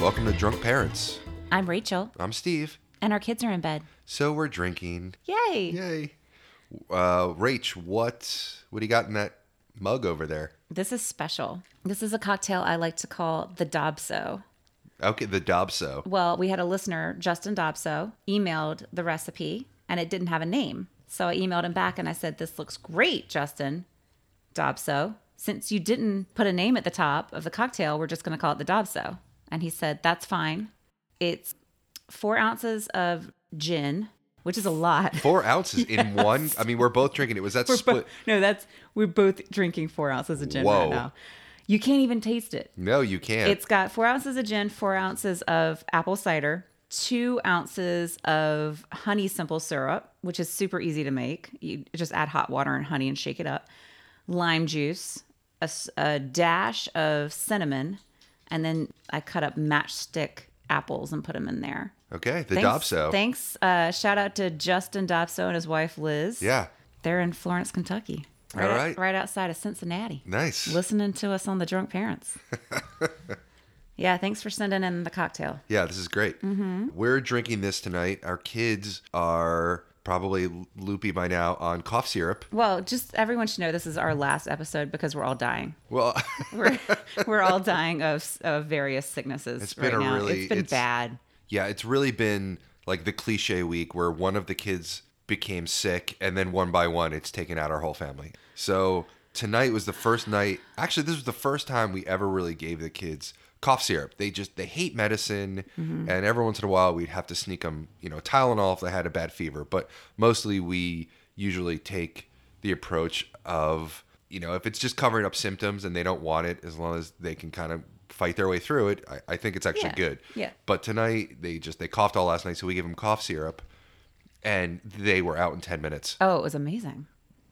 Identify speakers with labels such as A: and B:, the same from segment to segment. A: Welcome to Drunk Parents.
B: I'm Rachel,
A: I'm Steve.
B: and our kids are in bed.
A: So we're drinking.
B: Yay!
A: Yay. Uh, Rach, what what do you got in that mug over there?
B: This is special. This is a cocktail I like to call the Dobso.
A: Okay, the Dobso.
B: Well, we had a listener, Justin Dobso, emailed the recipe and it didn't have a name. So I emailed him back and I said, This looks great, Justin Dobso. Since you didn't put a name at the top of the cocktail, we're just going to call it the Dobso. And he said, That's fine. It's four ounces of gin, which is a lot.
A: Four ounces in one. I mean, we're both drinking it. Was that
B: We're
A: split?
B: both, no, that's we're both drinking four ounces of gin
A: Whoa.
B: right now. You can't even taste it.
A: No, you can't.
B: It's got four ounces of gin, four ounces of apple cider, two ounces of honey simple syrup, which is super easy to make. You just add hot water and honey and shake it up. Lime juice, a, s- a dash of cinnamon, and then I cut up matchstick apples and put them in there.
A: okay, the
B: Thanks,
A: Dobso.
B: Thanks. Uh, shout out to Justin Dobso and his wife Liz.
A: Yeah,
B: They're in Florence, Kentucky. Right,
A: All right.
B: right outside of Cincinnati.
A: nice.
B: Listening to us on the Drunk Parents. yeah, thanks for sending in the cocktail.
A: Yeah, this is great.
B: Mm-hmm.
A: We're drinking this tonight. Our kids are probably loopy by now on cough syrup.
B: Well, just everyone should know this is our last episode because we're all dying.
A: Well,
B: We're, we're all dying of, of various sicknesses
A: It's been
B: right
A: a
B: now.
A: really-
B: it's been
A: it's-
B: bad.
A: yeah, it's really been like the cliche week where one of the kids became sick and then one by one it's taken out our whole family. So tonight was the first night. Actually, this was the first time we ever really gave the kids cough syrup. They just they hate medicine
B: Mm-hmm.
A: and every once in a while we'd have to sneak them, you know, Tylenol if they had a bad fever, but mostly we usually take the approach of you know if it's just covering up symptoms and they don't want it as long as they can kind of fight their way through it i, I think it's actually
B: Yeah.
A: good
B: Yeah.
A: but tonight they just they coughed all last night so we gave them cough syrup and they were out in 10 minutes
B: Oh, it was amazing.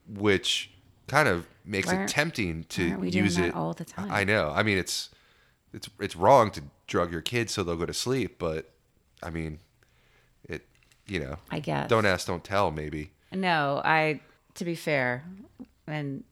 A: which kind of makes
B: Why
A: it
B: aren't-
A: tempting to
B: why aren't we doing
A: use
B: that
A: it
B: all the time?
A: i know i mean it's it's it's wrong to drug your kids so they'll go to sleep but i mean it you know
B: I guess.
A: don't ask don't tell maybe
B: No, I, to be fair, and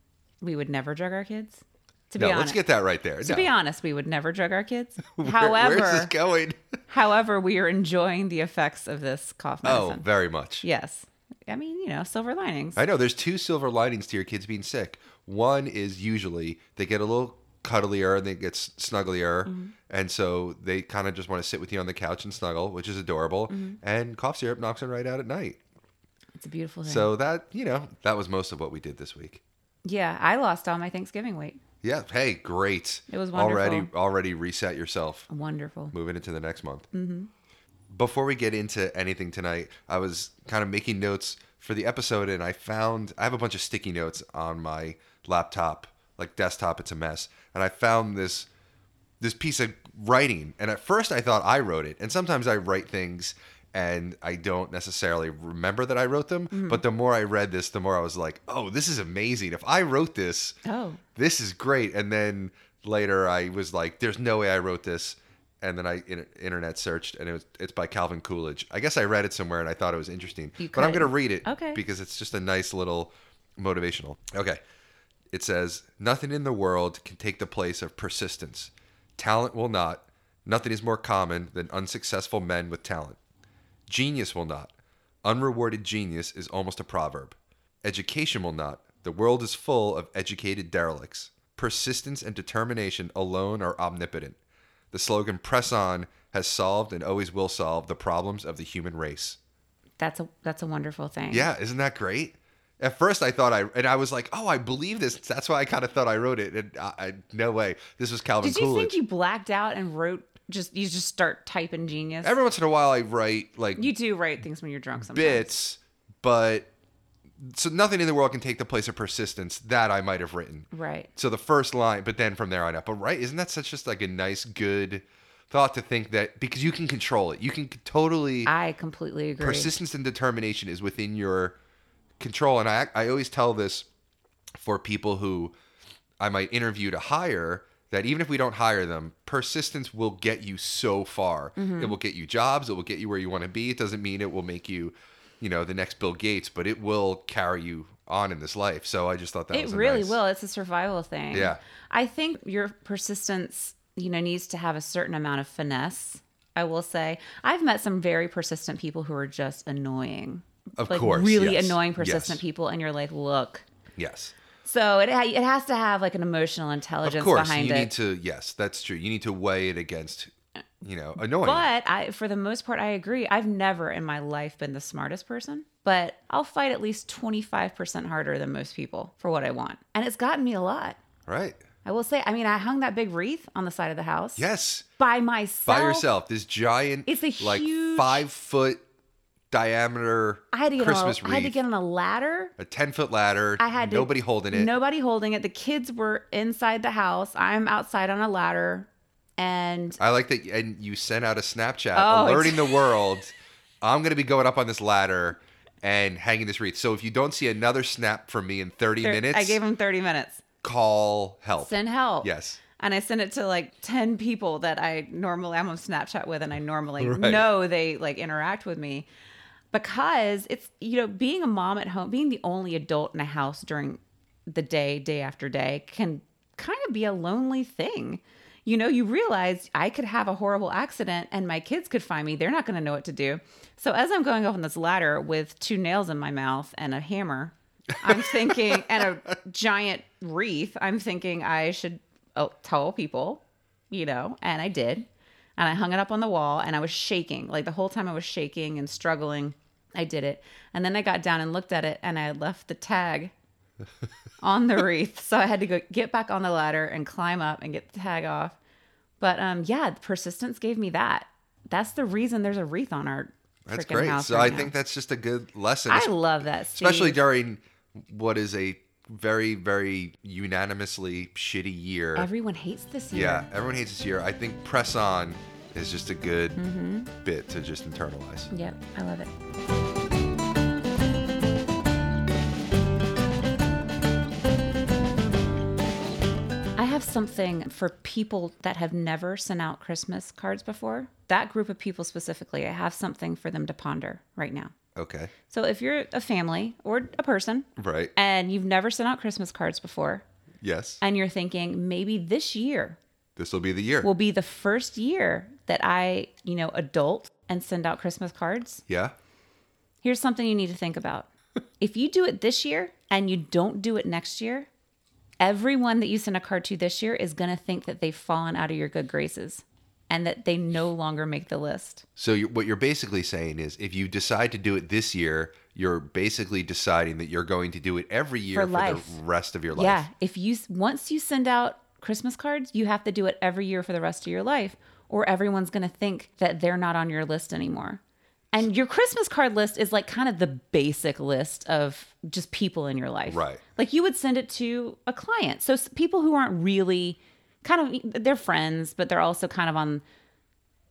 B: we would never drug our kids. To
A: no
B: be
A: let's
B: honest.
A: get that right there
B: to
A: no.
B: be honest, we would never drug our kids.
A: Where-
B: However,
A: where's this going
B: However, we are enjoying the effects of this cough
A: oh
B: medicine.
A: very much
B: Yes. I mean, you know, silver linings.
A: I know there's two silver linings to your kids being sick. One is usually they get a little cuddlier and they get s- snugglier,
B: Mm-hmm.
A: and so they kind of just want to sit with you on the couch and snuggle, which is adorable.
B: Mm-hmm.
A: And cough syrup knocks them right out at night.
B: It's a beautiful thing.
A: So that you know that was most of what we did this week.
B: yeah, I lost all my Thanksgiving weight.
A: Yeah. Hey, great.
B: It was
A: Already,
B: wonderful.
A: already reset yourself.
B: Wonderful.
A: moving into the next month. Before we get into anything tonight, I was kind of making notes for the episode, and I found I have a bunch of sticky notes on my laptop, like desktop. It's a mess, and I found this this piece of writing. And at first, I thought I wrote it, and sometimes I write things. And I don't necessarily remember that I wrote them, but the more I read this, the more I was like, "Oh, this is amazing! If I wrote this,
B: Oh.
A: this is great. And then later I was like, there's no way I wrote this. And then I in- internet searched and it was, it's by Calvin Coolidge. I guess I read it somewhere and I thought it was interesting.
B: You
A: but I'm
B: could.
A: going to read it
B: Okay.
A: because it's just a nice little motivational. Okay. It says, Nothing in the world can take the place of persistence. Talent will not. Nothing is more common than unsuccessful men with talent. Genius will not. Unrewarded genius is almost a proverb. Education will not. The world is full of educated derelicts. Persistence and determination alone are omnipotent. The slogan Press On has solved and always will solve the problems of the human race.
B: That's a that's a wonderful thing.
A: Yeah, isn't that great? At first, I thought I and I was like, "Oh, I believe this." That's why I kind of thought I wrote it. And I, I no way, this was Calvin
B: Did you
A: Coolidge.
B: think you blacked out and wrote just you just start typing genius?
A: Every once in a while, I write like
B: you do write things when you're drunk sometimes.
A: bits, but so nothing in the world can take the place of persistence that I might have written.
B: Right.
A: So the first line, but then from there on up. But right, isn't that such just like a nice, good thought to think that because you can control it, you can totally
B: I completely agree.
A: persistence and determination is within your control and I I always tell this for people who I might interview to hire that even if we don't hire them persistence will get you so far
B: Mm-hmm.
A: it will get you jobs it will get you where you want to be it doesn't mean it will make you you know the next Bill Gates but it will carry you on in this life so I just thought that
B: it
A: was a
B: really
A: nice-
B: will. It's a survival thing.
A: Yeah.
B: I think your persistence you know, needs to have a certain amount of finesse. I will say, I've met some very persistent people who are just annoying.
A: Of
B: like
A: course,
B: really
A: yes,
B: annoying, persistent
A: yes.
B: people, and you're like, look.
A: Yes.
B: So it ha- it has to have like an emotional
A: Of
B: intelligence
A: course,
B: behind
A: you
B: it.
A: need to. Yes, that's true. You need to weigh it against, you know, annoying.
B: But I, for the most part, I agree. I've never in my life been the smartest person, but I'll fight at least 25% harder than most people for what I want. And it's gotten me a lot.
A: right.
B: I will say, I mean, I hung that big wreath on the side of the house
A: Yes.
B: by myself.
A: By yourself, this giant,
B: It's a
A: like
B: huge-
A: five foot diameter
B: I had to get
A: Christmas
B: on a, I had to
A: wreath.
B: get on a ladder.
A: a ten foot ladder.
B: I had to-
A: nobody holding it.
B: Nobody holding it. The kids were inside the house. I'm outside on a ladder. And
A: I like that, and you sent out a Snapchat
B: Oh, it's-
A: alerting the world. I'm gonna be going up on this ladder and hanging this wreath. So if you don't see another snap from me in 30
B: thir-
A: minutes,
B: I gave him 30 minutes.
A: call help.
B: Send help.
A: Yes,
B: and I sent it to like 10 people that I normally I'm on Snapchat with and I normally
A: Right.
B: know they like interact with me because it's you know being a mom at home being the only adult in a house during the day day after day can kind of be a lonely thing. You know, you realize I could have a horrible accident and my kids could find me. They're not going to know what to do. So as I'm going up on this ladder with two nails in my mouth and a hammer, I'm thinking and a giant wreath, I'm thinking I should oh, tell people, you know, and I did. And I hung it up on the wall and I was shaking. Like the whole time I was shaking and struggling. I did it. And then I got down and looked at it and I had left the tag on the wreath. So I had to go get back on the ladder and climb up and get the tag off. But um yeah, persistence gave me that. That's the reason there's a wreath on our
A: that's
B: freaking
A: great.
B: house
A: So
B: right
A: I
B: now.
A: think that's just a good lesson,
B: I love that, Steve.
A: especially during what is a very, very unanimously shitty year.
B: everyone hates this year.
A: yeah, everyone hates this year. I think press on is just a good bit to just internalize.
B: Yep, I love it. I have something for people that have never sent out Christmas cards before. That group of people specifically, I have something for them to ponder right now.
A: Okay,
B: So if you're a family or a person
A: right?
B: and you've never sent out Christmas cards before
A: Yes,
B: and you're thinking maybe this year
A: this will be the year.
B: will be the first year that I, you know, adult and send out Christmas cards,
A: yeah.
B: here's something you need to think about. if you do it this year and you don't do it next year, everyone that you send a card to this year is going to think that they've fallen out of your good graces and that they no longer make the list.
A: So you what you're basically saying is, if you decide to do it this year, you're basically deciding that you're going to do it every year
B: For
A: for,
B: life.
A: the rest of your life.
B: Yeah, if you s- once you send out Christmas cards, you have to do it every year for the rest of your life or everyone's going to think that they're not on your list anymore. And your Christmas card list is like kind of the basic list of just people in your life.
A: Right.
B: Like you would send it to a client. So s- people who aren't really kind of e, they're friends, but they're also kind of on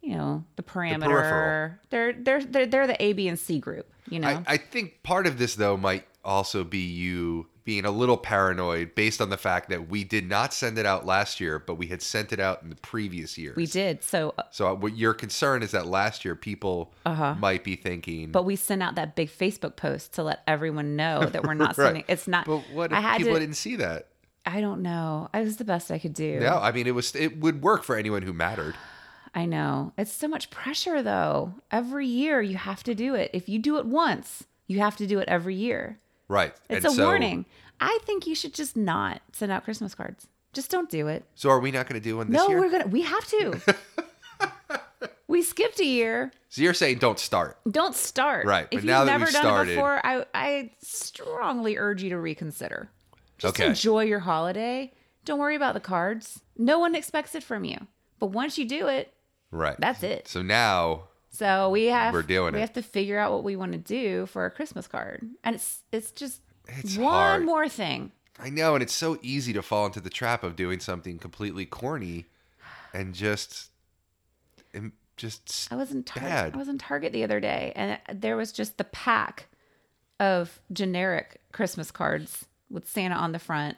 B: you know, the
A: peripheral.
B: parameter. they're they're they're they're the A B and C group, you know.
A: I, I think part of this though might also be you being a little paranoid based on the fact that we did not send it out last year, but we had sent it out in the previous year.
B: we did. So uh,
A: so what your concern is that last year people might be thinking,
B: Uh-huh. but we sent out that big Facebook post to let everyone know that we're not
A: Right.
B: sending. It's not.
A: but what
B: I
A: if
B: had
A: people
B: to.
A: didn't see that?
B: I don't know. I was the best I could do.
A: No, I mean it was it would work for anyone who mattered.
B: I know. It's so much pressure though. Every year you have to do it. If you do it once, you have to do it every year.
A: Right.
B: It's a warning. I think you should just not send out Christmas cards. Just don't do it.
A: So are we not going to do one this
B: no,
A: year?
B: we're gonna. We have to. we skipped a year.
A: So you're saying don't start.
B: Don't start.
A: Right,
B: If
A: but
B: you've
A: now that
B: never
A: we've
B: done
A: started-
B: it before, I, I strongly urge you to reconsider. Just
A: Okay.
B: enjoy your holiday. Don't worry about the cards. No one expects it from you. But once you do it,
A: Right.
B: that's it.
A: So now,
B: So we have
A: We're doing
B: we
A: it.
B: have to figure out what we want to do for a Christmas card. And it's it's just
A: It's
B: one
A: hard.
B: more thing.
A: I know, and it's so easy to fall into the trap of doing something completely corny and just, and just,
B: I was in Target.
A: Bad.
B: I was in Target the other day, and there was just the pack of generic Christmas cards with Santa on the front,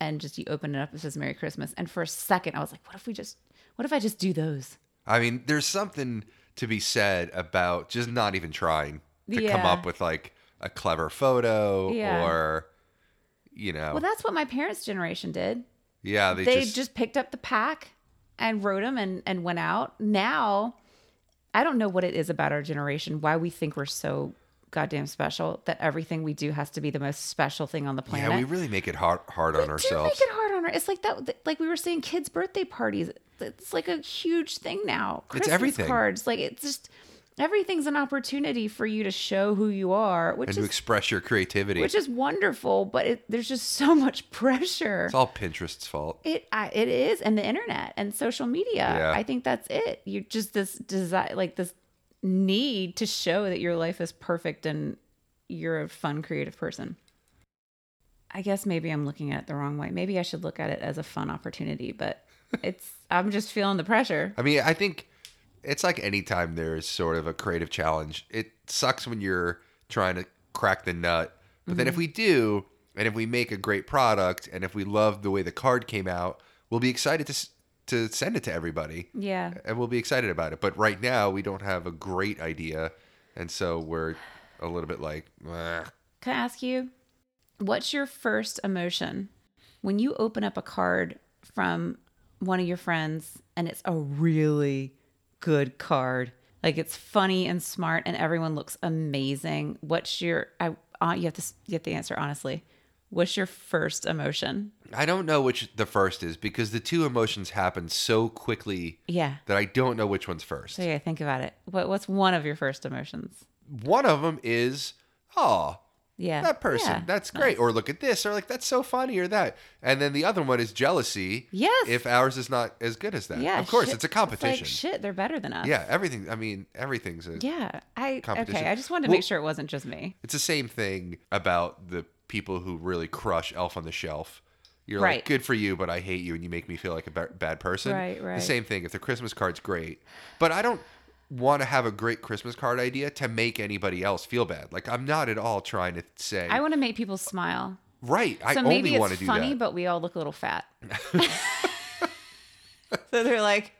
B: and just you open it up. It says "Merry Christmas," and for a second, I was like, "What if we just? What if I just do those?"
A: I mean, there's something to be said about just not even trying to come
B: Yeah.
A: up with like a clever photo
B: Yeah.
A: or, you know,
B: Well, that's what my parents' generation did.
A: yeah, they,
B: They
A: just,
B: just, picked up the pack and wrote them and, and went out. Now, I don't know what it is about our generation, why we think we're so goddamn special that everything we do has to be the most special thing on the planet.
A: Yeah, we really make it hard, hard on ourselves.
B: Do make it hard on her. It's like that. Like we were saying, kids' birthday parties. It's like a huge thing now. Christmas
A: everything.
B: Cards. Like it's just everything's an opportunity for you to show who you are, which
A: and
B: is
A: to express your creativity.
B: which is wonderful. But it, there's just so much pressure.
A: it's all Pinterest's fault.
B: It I, it is, and the internet and social media.
A: Yeah.
B: I think that's it. You just this desire, like this need to show that your life is perfect and you're a fun, creative person. I guess maybe I'm looking at it the wrong way. Maybe I should look at it as a fun opportunity, but it's I'm just feeling the pressure.
A: I mean, I think it's like any time there is sort of a creative challenge. It sucks when you're trying to crack the nut, but then if we do, and if we make a great product, and if we love the way the card came out, we'll be excited to s- to send it to everybody,
B: Yeah.
A: and we'll be excited about it. But right now, we don't have a great idea, and so we're a little bit like, "Meh."
B: Can I ask you, what's your first emotion when you open up a card from one of your friends and it's a really good card? Like it's funny and smart and everyone looks amazing. What's your I uh, you have to s- you have to answer honestly. What's your first emotion?
A: I don't know which the first is because the two emotions happen so quickly
B: Yeah.
A: that I don't know which one's first.
B: So yeah, think about it. What what's one of your first emotions?
A: One of them is, oh,
B: Yeah.
A: that person,
B: Yeah.
A: that's great. Or look at this, or like, that's so funny, or that. And then the other one is jealousy.
B: Yes.
A: If ours is not as good as that.
B: yeah.
A: Of course,
B: shit.
A: it's a
B: like,
A: competition.
B: shit, they're better than us.
A: yeah, everything. I mean, everything's a,
B: Yeah. I
A: Competition.
B: okay. I just wanted to
A: Well-
B: make sure it wasn't just me.
A: it's the same thing about the people who really crush Elf on the Shelf. You're
B: Right.
A: like, good for you, but I hate you, and you make me feel like a ba- bad person.
B: Right,
A: The
B: right.
A: same thing. If the Christmas card's great, but I don't want to have a great Christmas card idea to make anybody else feel bad. Like I'm not at all trying to say
B: I want to make people smile.
A: right. I
B: So maybe
A: only want
B: it's
A: to do
B: funny,
A: that.
B: but we all look a little fat. so they're like,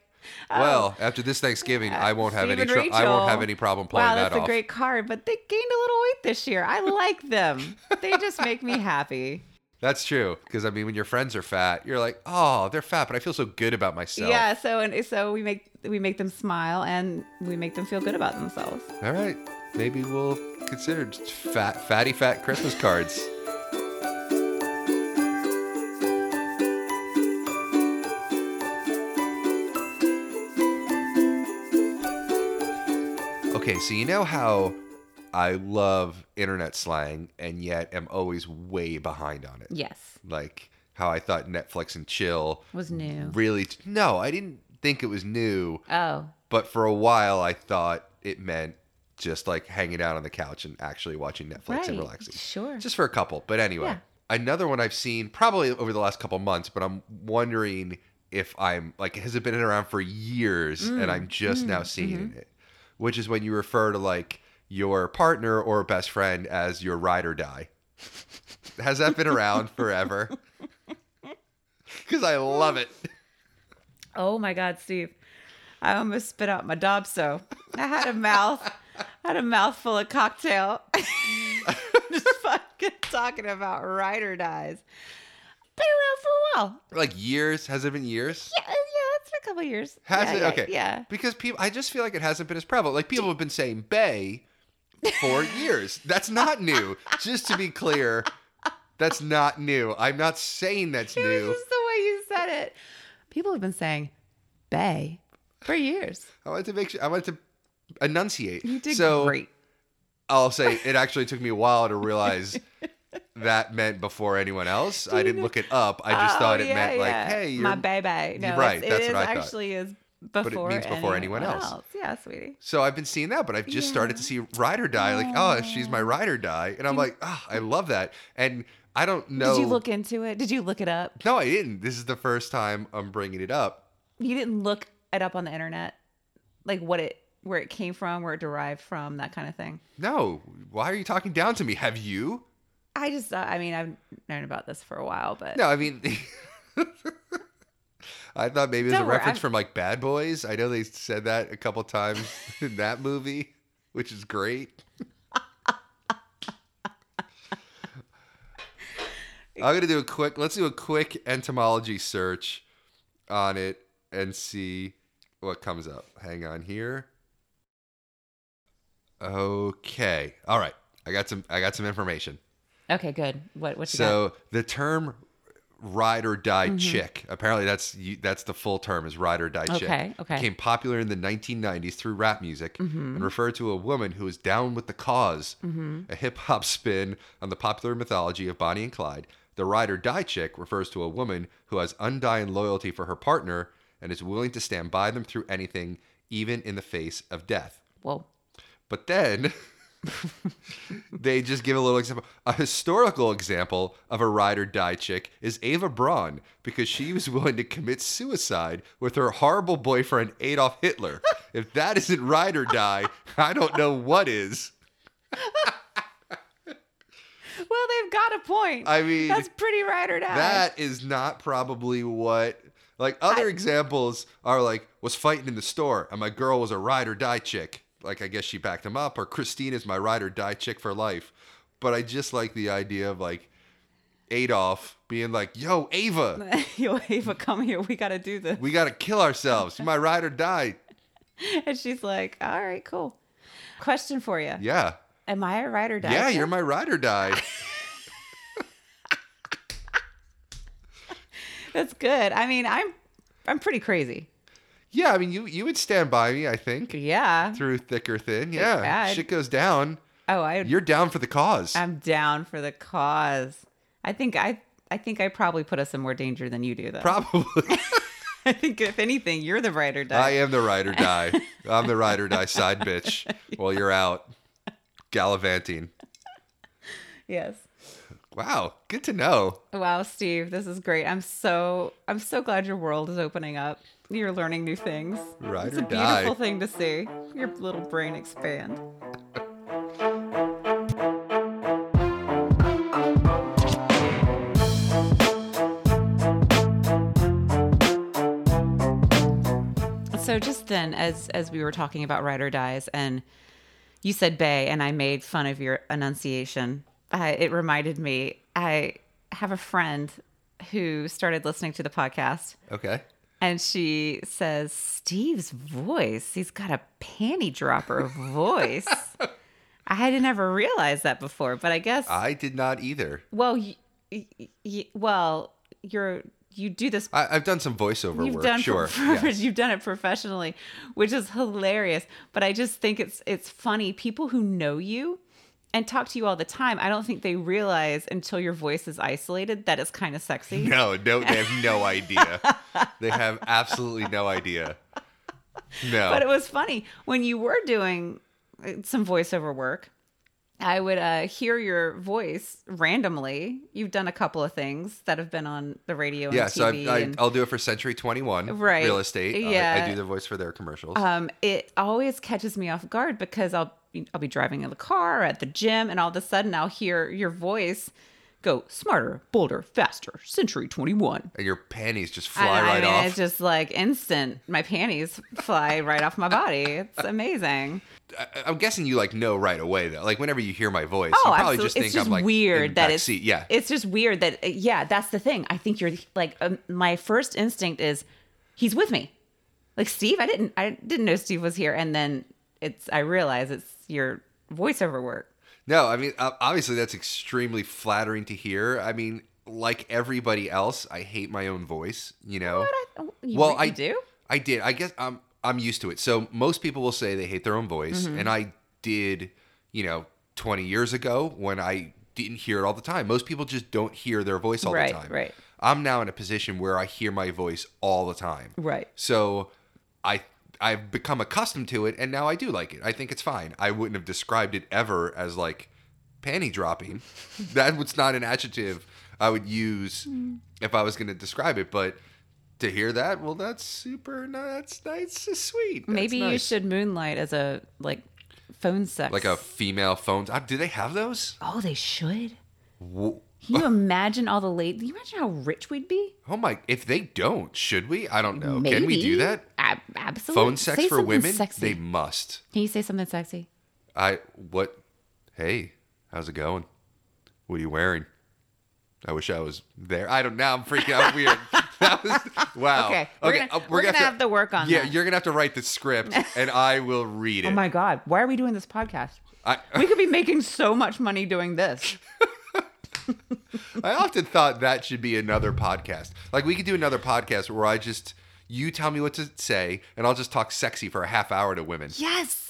A: Well, after this Thanksgiving, I won't have
B: Oh. Steve
A: any.
B: and
A: Tr- I won't have
B: Rachel.
A: any problem playing
B: "Wow,
A: that
B: that's a
A: off.
B: great card, but they gained a little weight this year. I like them. they just make me happy."
A: That's true. Because I mean, when your friends are fat, you're like, oh, they're fat, but I feel so good about myself.
B: Yeah. So and so we make we make them smile and we make them feel good about themselves.
A: All right. Maybe we'll consider just fat, fatty, fat Christmas cards. Okay, so you know how I love internet slang and yet am always way behind on it.
B: Yes,
A: Like how I thought Netflix and chill
B: was new.
A: really. no, I didn't think it was new.
B: Oh,
A: But for a while, I thought it meant just like hanging out on the couch and actually watching Netflix
B: right.
A: and relaxing.
B: Sure.
A: Just for a couple. But anyway,
B: Yeah.
A: another one I've seen probably over the last couple months, but I'm wondering if I'm like, has it been around for years and I'm just now seeing it? Which is when you refer to like your partner or best friend as your ride or die. has that been around forever? Because I love it.
B: Oh my God, Steve. I almost spit out my Dobso. I had a mouth, I had a mouthful of cocktail. Just fucking talking about rider dies. Been around for a while.
A: Like years? Has it been years?
B: Yeah, uh, yeah, it's been a couple years.
A: Has
B: Yeah,
A: it?
B: yeah,
A: okay.
B: Yeah.
A: Because people, I just feel like it hasn't been as prevalent. Like people have been saying "bay" for years. That's not new. Just to be clear, that's not new. I'm not saying that's
B: It
A: new.
B: was just the way you said it. People have been saying bay for years.
A: I wanted to make sure. I wanted to enunciate.
B: You did
A: so
B: great.
A: I'll say it actually took me a while to realize. That meant before anyone else. I didn't look it up. I just
B: Oh,
A: thought it
B: yeah,
A: meant like,
B: yeah.
A: "Hey, you're
B: my baby. No,
A: right,
B: it's- it
A: that's
B: is
A: what I thought.
B: actually is before.
A: means before anyone else.
B: Yeah, sweetie.
A: So I've been seeing that, but I've just started to see ride or die. Like, oh, she's my ride or die, and I'm like, ah, I love that. And I don't know.
B: Did you look into it? Did you look it up?
A: No, I didn't. This is the first time I'm bringing it up.
B: you didn't look it up on the internet like what it where it came from where it derived from that kind of thing
A: No, why are you talking down to me? Have you?
B: i just thought i mean i've known about this for a while but
A: No, I mean, I thought maybe it was
B: Don't
A: a
B: worry,
A: reference
B: I'm-
A: from like Bad Boys. I know they said that a couple times in that movie, which is great. I'm gonna do a quick. Let's do a quick entomology search on it and see what comes up. Hang on here. Okay. All right. I got some I got some information.
B: Okay, good. What what you got?
A: So the term ride or die
B: Mm-hmm.
A: chick, apparently that's you, that's the full term is ride or die chick.
B: Okay, okay. Mm-hmm,
A: Became popular in the 1990s through rap music and referred to a woman who is down with the because
B: mm-hmm.
A: a hip hop spin on the popular mythology of Bonnie and Clyde. The ride or die chick refers to a woman who has undying loyalty for her partner and is willing to stand by them through anything, even in the face of death.
B: Whoa.
A: But then they just give a little example. A historical example of a ride or die chick is Ava Braun because she was willing to commit suicide with her horrible boyfriend Adolf Hitler. if that isn't ride or die, I don't know what is.
B: Well, they've got a point.
A: I mean,
B: that's pretty ride or die.
A: That is not probably what. Like other examples are like was fighting in the store and my girl was a ride or die chick. Like I guess she backed him up, or Christine is my ride or die chick for life. But I just like the idea of like Adolf being like, "Yo, Ava,
B: Yo, Ava, come here. We got to do this.
A: we gotta kill ourselves. You're my ride or die."
B: And she's like, all right, cool. Question for you.
A: Yeah,
B: Am I a ride or die?
A: yeah,
B: chick?
A: you're my ride or die.
B: That's good. I mean, I'm I'm pretty crazy.
A: Yeah, I mean, you you would stand by me, I think,
B: Yeah.
A: through thick or thin. Yeah,
B: bad.
A: shit goes down.
B: Oh, I
A: You're down for the cause.
B: I'm down for the cause. I think I I think I probably put us in more danger than you do though.
A: Probably.
B: I think if anything, you're the ride or
A: I
B: die.
A: am the ride or die. I'm the ride or die side bitch while you're out gallivanting.
B: yes.
A: Wow, good to know.
B: Wow, Steve, this is great. I'm so I'm so glad your world is opening up. You're learning new things.
A: Ride
B: it's
A: or
B: a
A: die.
B: beautiful thing to see. Your little brain expand. So just then, as as we were talking about ride or dies, and you said bay, and I made fun of your enunciation. I, it reminded me. I have a friend who started listening to the podcast,
A: Okay.
B: and she says, Steve's voice, he's got a panty dropper voice. I had never realized that before, but I guess,
A: I did not either.
B: well, y- y- y- well, you're, you do this.
A: I, I've done some voiceover
B: You've
A: work,
B: done
A: sure.
B: prof-
A: yes.
B: you've done it professionally, which is hilarious. But I just think it's it's funny. People who know you and talk to you all the time, I don't think they realize until your voice is isolated that it's kind of sexy.
A: No, no, they have no idea. they have absolutely no idea. No.
B: but it was funny when you were doing uh, some voiceover work i would uh, hear your voice randomly you've done a couple of things that have been on the radio and
A: yeah,
B: tv
A: so I, I,
B: and,
A: I'll do it for Century 21
B: Right.
A: real estate. Uh, I- I,
B: Yeah.
A: do the voice for their commercials.
B: um, it always catches me off guard because i'll be- i'll be driving in the car or at the gym and all of a sudden i'll hear your voice go smarter bolder faster century 21
A: and your panties just
B: And
A: fly
B: I
A: right
B: mean,
A: off.
B: it's just like instant. My panties fly right off my body. It's amazing.
A: I- I'm guessing you like know right away though. Like whenever you hear my voice,
B: Oh,
A: you probably
B: absolutely.
A: just think
B: it's just
A: I'm like
B: weird
A: in the
B: that
A: back
B: it's
A: seat. yeah.
B: It's just weird that uh, yeah, that's the thing. I think you're like um, my first instinct is he's with me. Like Steve, I didn't I didn't know Steve was here and then it's I realize it's your voiceover work.
A: no, I mean ob- obviously that's extremely flattering to hear. I mean, like everybody else, I hate my own voice. You know.
B: But I, you,
A: well,
B: you
A: I
B: do.
A: I did. I guess I'm I'm used to it. So most people will say they hate their own voice,
B: Mm-hmm.
A: and I did. You know, 20 years ago when I didn't hear it all the time. Most people just don't hear their voice all
B: Right,
A: the time.
B: right.
A: I'm now in a position where I hear my voice all the time.
B: Right.
A: So I I've become accustomed to it and now I do like it. I think it's fine. I wouldn't have described it ever as like panty dropping. that was not an adjective I would use if I was going to describe it, but to hear that, well that's super no, that's that's just sweet. That's
B: Maybe you
A: nice.
B: should moonlight as a like phone sex.
A: like a female phone. ah, Do they have those?
B: Oh, they should.
A: Wh-
B: Can you imagine all the late? Can you imagine how rich we'd be?
A: Oh my, if they don't, should we? I don't know. Oh, Can we
B: Maybe.
A: do that?
B: Ab- absolutely.
A: Phone sex
B: Say
A: for
B: something
A: women?
B: Sexy.
A: They must.
B: Can you say something sexy?
A: I what? Hey, how's it going? What are you wearing? I wish I was there. I don't. Now I'm freaking out. Weird. That was wow.
B: Okay, we're gonna-
A: uh,
B: we're gonna have to work on
A: Yeah,
B: that.
A: you're gonna have to write the script, and I will read it.
B: Oh my God. Why are we doing this podcast?
A: I,
B: We could be making so much money doing this.
A: I often thought that should be another podcast. Like we could do another podcast where I just you tell me what to say, and I'll just talk sexy for a half hour to women.
B: Yes.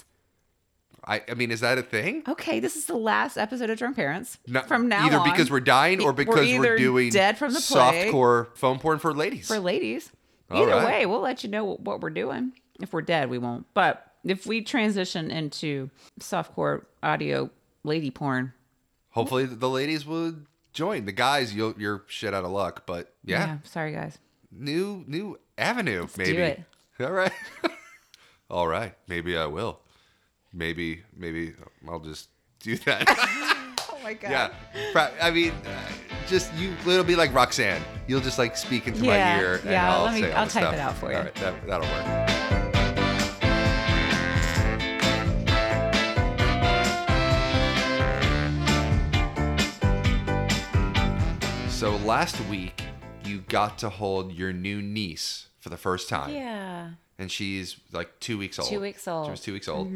A: I, I mean, is that a thing?
B: Okay, this is the last episode of Drunk Parents.
A: Not-
B: from now
A: either
B: on,
A: because we're dying or
B: Be-
A: because we're,
B: either
A: doing
B: dead from the plague
A: softcore foam porn for ladies.
B: for ladies.
A: All
B: either
A: right.
B: way, we'll let you know what, what we're doing. If we're dead, we won't. But if we transition into softcore audio lady porn,
A: Hopefully, the ladies would join. The guys, you'll, you're shit out of luck, but yeah,
B: sorry guys.
A: new new avenue. maybe.
B: it.
A: All right. All right. Maybe I will. Maybe maybe I'll just do that.
B: Oh my god.
A: yeah. Pro- I mean, uh, just you. It'll be like Roxanne. You'll just like speak into
B: Yeah,
A: my ear. And
B: yeah,
A: I'll
B: let me-
A: say all
B: I'll
A: the
B: type
A: stuff.
B: it out for you.
A: All right. That, that'll work. So last week, you got to hold your new niece for the first time.
B: Yeah.
A: And she's like two weeks old.
B: Two weeks old. Mm-hmm.
A: She was two weeks old.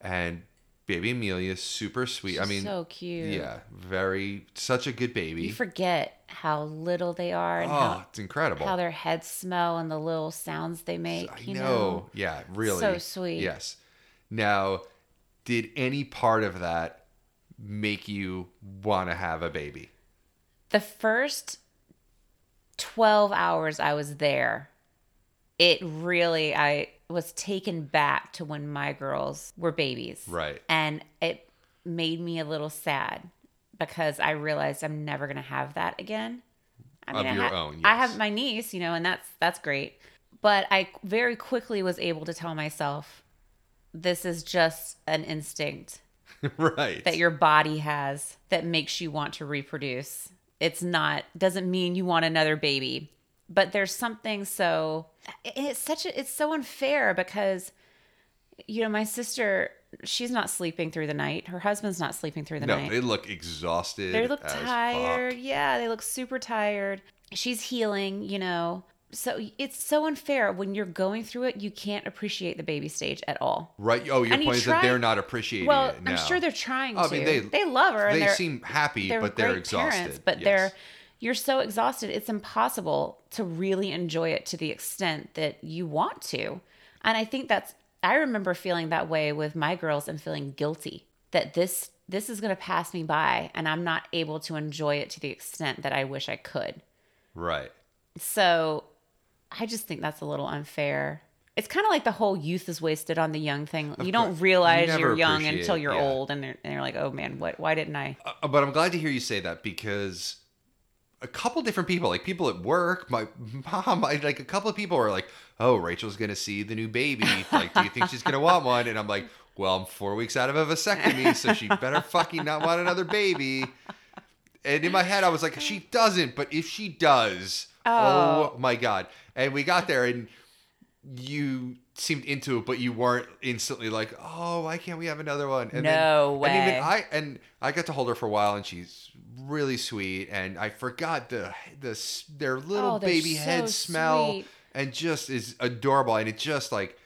A: And baby Amelia is super sweet. I mean,
B: so cute.
A: Yeah. Very, such a good
B: You
A: baby.
B: forget how little they are and
A: Oh,
B: how,
A: it's incredible.
B: how their heads smell and the little sounds they make.
A: I
B: you
A: know. Yeah, really.
B: So sweet.
A: Yes. Now, did any part of that make you want to have a baby?
B: the first 12 hours I was there, it really, I was taken back to when my girls were babies.
A: Right.
B: And it made me a little sad because I realized I'm never going to have that again. I
A: Of your
B: I, ha-
A: own,
B: I
A: yes.
B: have my niece, you know, and that's that's great. But I very quickly was able to tell myself this is just an instinct
A: right.
B: that your body has that makes you want to reproduce. It's not doesn't mean you want another baby, but there's something so and it's such a it's so unfair because you know my sister she's not sleeping through the night. Her husband's not sleeping through the
A: no,
B: night.
A: they look exhausted.
B: They look
A: as fuck.
B: tired. Yeah, they look super tired. She's healing, you know. So it's so unfair when you're going through it, you can't appreciate the baby stage at all.
A: Right. Oh, your
B: And you
A: point is that
B: try-
A: they're not appreciating
B: Well,
A: it now.
B: I'm sure they're trying
A: I
B: to.
A: mean,
B: they,
A: they-
B: love her. and
A: They
B: they're,
A: seem happy, but they're
B: great
A: exhausted.
B: but
A: Yes.
B: they're you're so exhausted. It's impossible to really enjoy it to the extent that you want to. And I think that's I remember feeling that way with my girls and feeling guilty that this this is going to pass me by and I'm not able to enjoy it to the extent that I wish I could.
A: right.
B: So I just think that's a little unfair. It's kind of like the whole youth is wasted on the young thing. you don't
A: course.
B: realize
A: You never
B: you're young
A: appreciate
B: until
A: it,
B: you're
A: yeah.
B: old, and they're, and they're like, "Oh man, what? Why didn't I?"
A: Uh, but I'm glad to hear you say that because a couple different people, like people at work, my mom, I, like a couple of people are like, "Oh, Rachel's gonna see the new baby. Like, do you think she's gonna want one?" And I'm like, "Well, I'm four weeks out of a vasectomy, so she better fucking not want another baby." And in my head, I was like, "She doesn't, but if she does, oh, my god!" And we got there, and you seemed into it, but you weren't instantly like, "Oh, why can't we have another one?" And
B: No
A: And
B: way.
A: even I and I got to hold her for a while, and she's really sweet. And I forgot the the s- their little
B: Oh, they're
A: baby
B: so
A: head smell,
B: sweet.
A: and just is adorable. And it just like,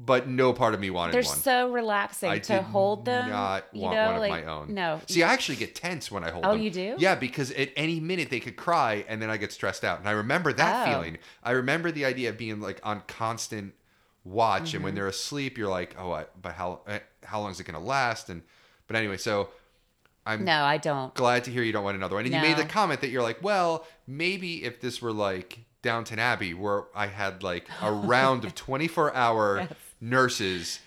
A: but no part of me wanted
B: They're
A: one.
B: so relaxing
A: I
B: to
A: did
B: hold them.
A: Not
B: you
A: want
B: know,
A: one
B: like,
A: of my own.
B: No.
A: See, I actually get tense when I hold
B: Oh,
A: them.
B: you do?
A: Yeah, because at any minute they could cry, and then I get stressed out. And I remember that
B: Oh.
A: feeling. I remember the idea of being like on constant watch, and
B: Mm-hmm.
A: when they're asleep, you're like, oh, I, but how eh, how long is it going to last? And but anyway, so I'm
B: no, I don't.
A: glad to hear you don't want another one. And you
B: No.
A: made the comment that you're like, well, maybe if this were like Downton Abbey, where I had like a round of 24 hour nurses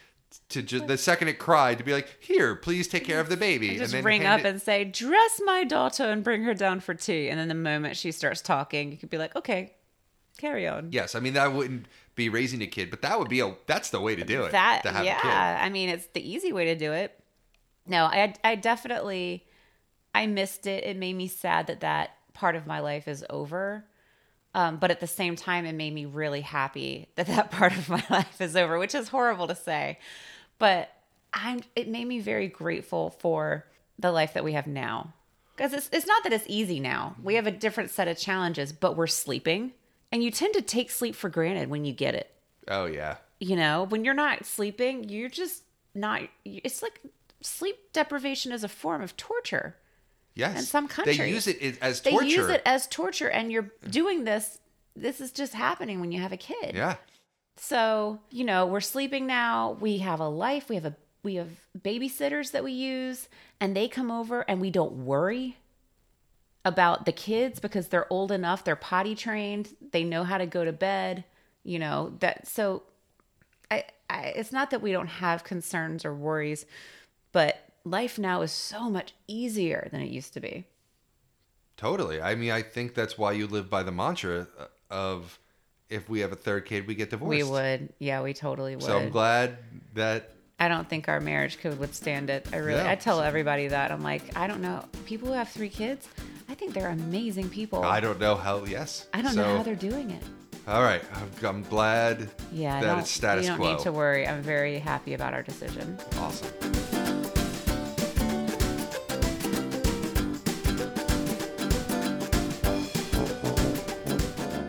A: to just the second it cried to be like, here, please take care of the baby.
B: I just
A: then
B: ring
A: hand
B: up
A: it-
B: and say, "Dress my daughter and bring her down for tea." And then the moment she starts talking, you could be like, "Okay, carry on."
A: yes, I mean that wouldn't be raising a kid, but that would be a that's the way to do it.
B: that
A: to have a kid.
B: yeah i mean it's the easy way to do it no i i definitely i missed it it made me sad that that part of my life is over um, but at the same time it made me really happy that that part of my life is over which is horrible to say but i'm it made me very grateful for the life that we have now because it's, it's not that it's easy now we have a different set of challenges but we're sleeping
C: And you tend to take sleep for granted when you get it.
A: Oh yeah.
C: You know, when you're not sleeping, you're just not. It's like sleep deprivation is a form of torture.
A: Yes.
C: In some
A: they
C: countries,
A: use it i- as
C: They
A: torture.
C: use it as torture, and you're doing this. This is just happening when you have a kid.
A: yeah.
C: So, you know, we're sleeping now. We have a life. We have a we have babysitters that we use and they come over and we don't worry about the kids because they're old enough, they're potty trained, they know how to go to bed, you know, that so I, I it's not that we don't have concerns or worries, but life now is so much easier than it used to be.
A: Totally. I mean, I think that's why you live by the mantra uh, of if we have a third kid, we get divorced.
C: We would. Yeah, we totally would.
A: So I'm glad that
C: I don't think our marriage could withstand it. I really,
A: Yeah.
C: I tell everybody that. I'm like, I don't know. People who have three kids, I think they're amazing people.
A: I don't know how. Yes.
C: I don't
A: So,
C: know how they're doing it.
A: All right. I'm, I'm glad.
C: Yeah, I
A: That
C: don't-
A: it's status
C: you don't
A: quo.
C: need to worry. I'm very happy about our decision.
A: Awesome.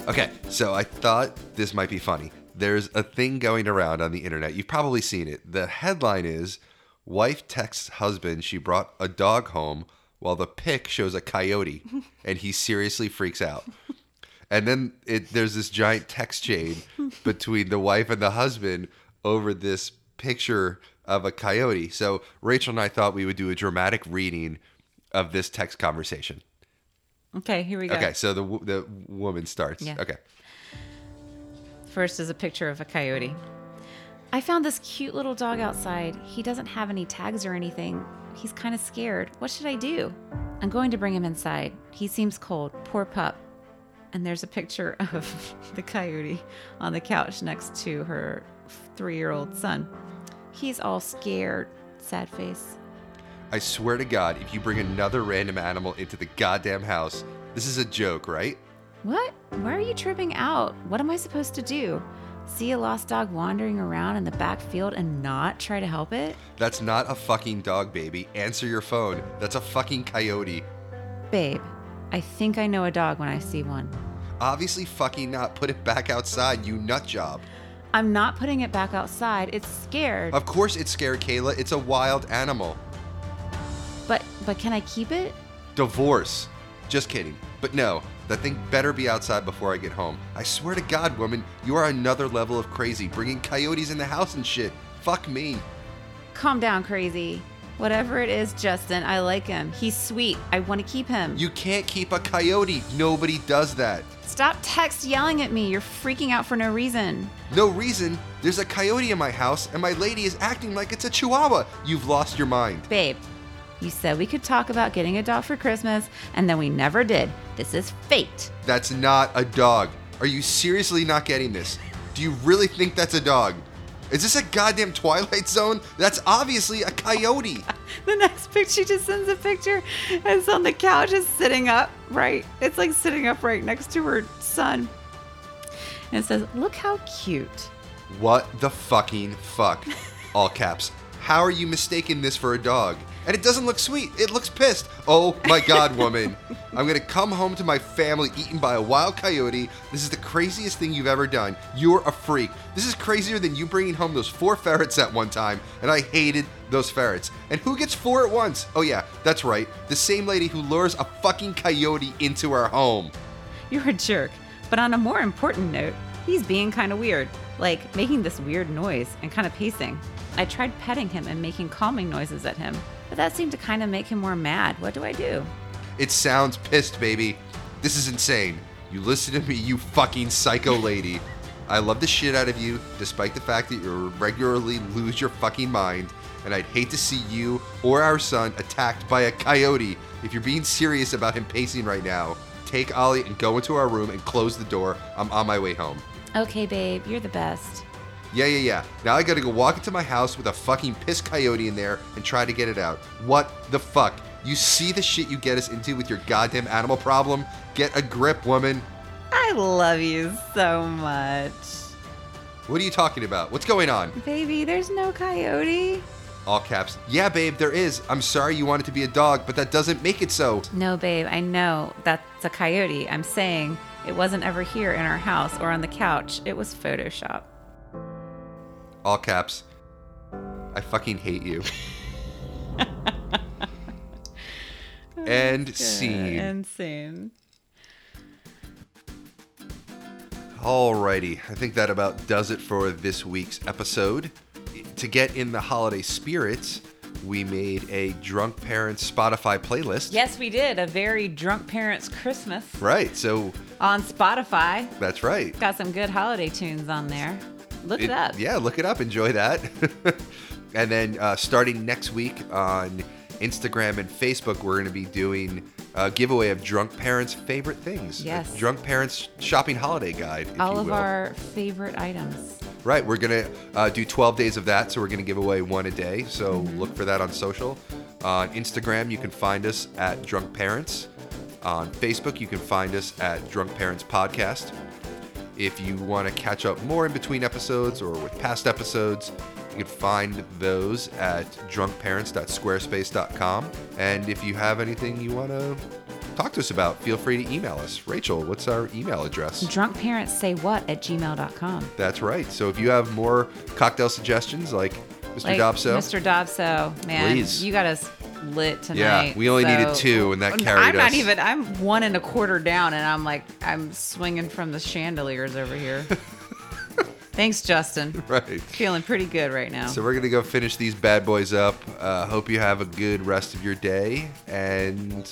A: Okay, so I thought this might be funny. There's a thing going around on the internet. You've probably seen it. The headline is Wife texts husband she brought a dog home while the pic shows a coyote and he seriously freaks out. And then it, there's this giant text chain between the wife and the husband over this picture of a coyote. So Rachel and I thought we would do a dramatic reading of this text conversation.
B: Okay, here we go.
A: Okay, so the wo- the woman starts.
B: Yeah.
A: Okay.
B: First is a picture of a coyote.
C: I found this cute little dog outside. He doesn't have any tags or anything.
B: He's kind of scared. What should I do? I'm going to bring him inside. He seems cold. Poor pup. And there's a picture of the coyote on the couch next to her three year old son. He's all scared. Sad face.
A: I swear to God, if you bring another random animal into the goddamn house, this is a joke, right?
B: What? Why are you tripping out? What am I supposed to do? See a lost dog wandering around in the back field and not try to help it?
A: That's not a fucking dog, baby. Answer your phone. That's a fucking coyote.
B: Babe, I think I know a dog when I see one.
A: Obviously, fucking not. Put it back outside, you nut job.
B: I'm not putting it back outside. It's scared.
A: Of course, it's scared, Kayla. It's a wild animal.
B: But but can I keep it?
A: Divorce. Just kidding. But no, that thing better be outside before I get home. I swear to God, woman, you are another level of crazy, bringing coyotes in the house and shit. Fuck me.
B: Calm down, crazy. Whatever it is, Justin, I like him. He's sweet. I want to keep him.
A: You can't keep a coyote. Nobody does that.
B: Stop text yelling at me. You're freaking out for no reason.
A: No reason. There's a coyote in my house, and my lady is acting like it's a chihuahua. You've lost your mind.
B: Babe, you said we could talk about getting a dog for Christmas, and then we never did. This is fate.
A: That's not a dog. Are you seriously not getting this? Do you really think that's a dog? Is this a goddamn Twilight Zone? That's obviously a coyote.
B: The next picture, she just sends a picture. and It's on the couch, it's sitting up right. It's like sitting up right next to her son. And it says, Look how cute.
A: What the fucking fuck? All caps. How are you mistaking this for a dog? And it doesn't look sweet. It looks pissed. Oh my god, woman. I'm gonna come home to my family eaten by a wild coyote. This is the craziest thing you've ever done. You're a freak. This is crazier than you bringing home those four ferrets at one time, and I hated those ferrets. And who gets four at once? Oh, yeah, that's right. The same lady who lures a fucking coyote into her home.
B: You're a jerk. But on a more important note, he's being kind of weird, like making this weird noise and kind of pacing. I tried petting him and making calming noises at him, but that seemed to kind of make him more mad. What do I do?
A: It sounds pissed, baby. This is insane. You listen to me, you fucking psycho lady. I love the shit out of you, despite the fact that you regularly lose your fucking mind, and I'd hate to see you or our son attacked by a coyote if you're being serious about him pacing right now. Take Ollie and go into our room and close the door. I'm on my way home.
B: Okay, babe, you're the best.
A: Yeah, yeah, yeah. Now I gotta go walk into my house with a fucking pissed coyote in there and try to get it out. What the fuck? You see the shit you get us into with your goddamn animal problem? Get a grip, woman.
B: I love you so much.
A: What are you talking about? What's going on?
B: Baby, there's no coyote.
A: All caps. Yeah, babe, there is. I'm sorry you wanted to be a dog, but that doesn't make it so.
B: No, babe, I know that's a coyote. I'm saying It wasn't ever here in our house or on the couch. It was Photoshop.
A: All caps. I fucking hate you. and scene.
B: And soon.
A: Alrighty, I think that about does it for this week's episode. To get in the holiday spirits, we made a Drunk Parents Spotify playlist.
B: Yes, we did. A very drunk parents' Christmas
A: Right, so
B: on Spotify.
A: that's right.
B: Got some good holiday tunes on there. Look it,
A: It-
B: up.
A: Yeah, look it up. Enjoy that. and then uh, starting next week on Instagram and Facebook, we're going to be doing a giveaway of drunk parents' favorite things. A
B: Yes.
A: drunk parents' shopping holiday guide. If
B: All
A: you
B: of
A: will.
B: our favorite items.
A: Right, we're gonna uh, do 12 days of that, so we're gonna give away one a day. So look for that on social. On Instagram, you can find us at Drunk Parents. On Facebook, you can find us at Drunk Parents Podcast. If you want to catch up more in between episodes or with past episodes, you can find those at drunkparents.squarespace.com. And if you have anything you want to talk to us about, feel free to email us. Rachel, what's our email address?
B: Drunk parents say what at gmail.com.
A: That's right. So if you have more cocktail suggestions, like Mr.
B: Like,
A: Dobso,
B: Mr. Dobso, man,
A: Please.
B: you got us lit tonight.
A: Yeah, we only needed two, and that carried
B: I'm not
A: us.
B: even. I'm one and a quarter down, and I'm like, I'm swinging from the chandeliers over here. Thanks, Justin.
A: right?
B: Feeling pretty good right now.
A: So we're gonna go finish these bad boys up. Uh, hope you have a good rest of your day. And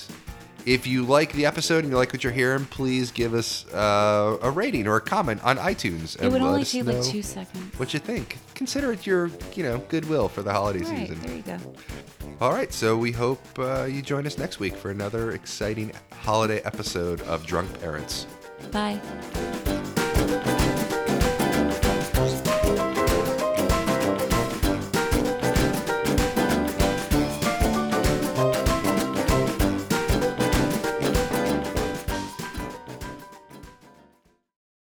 A: if you like the episode and you like what you're hearing, please give us uh, a rating or a comment on iTunes.
C: It
A: and
C: would
A: let
C: only
A: us
C: take like
A: know
C: two seconds.
A: What you think? Consider it your, you know, goodwill for the holiday
B: All right,
A: season.
B: there you go.
A: All right, so we hope uh, you join us next week for another exciting holiday episode of Drunk Parents.
C: Bye.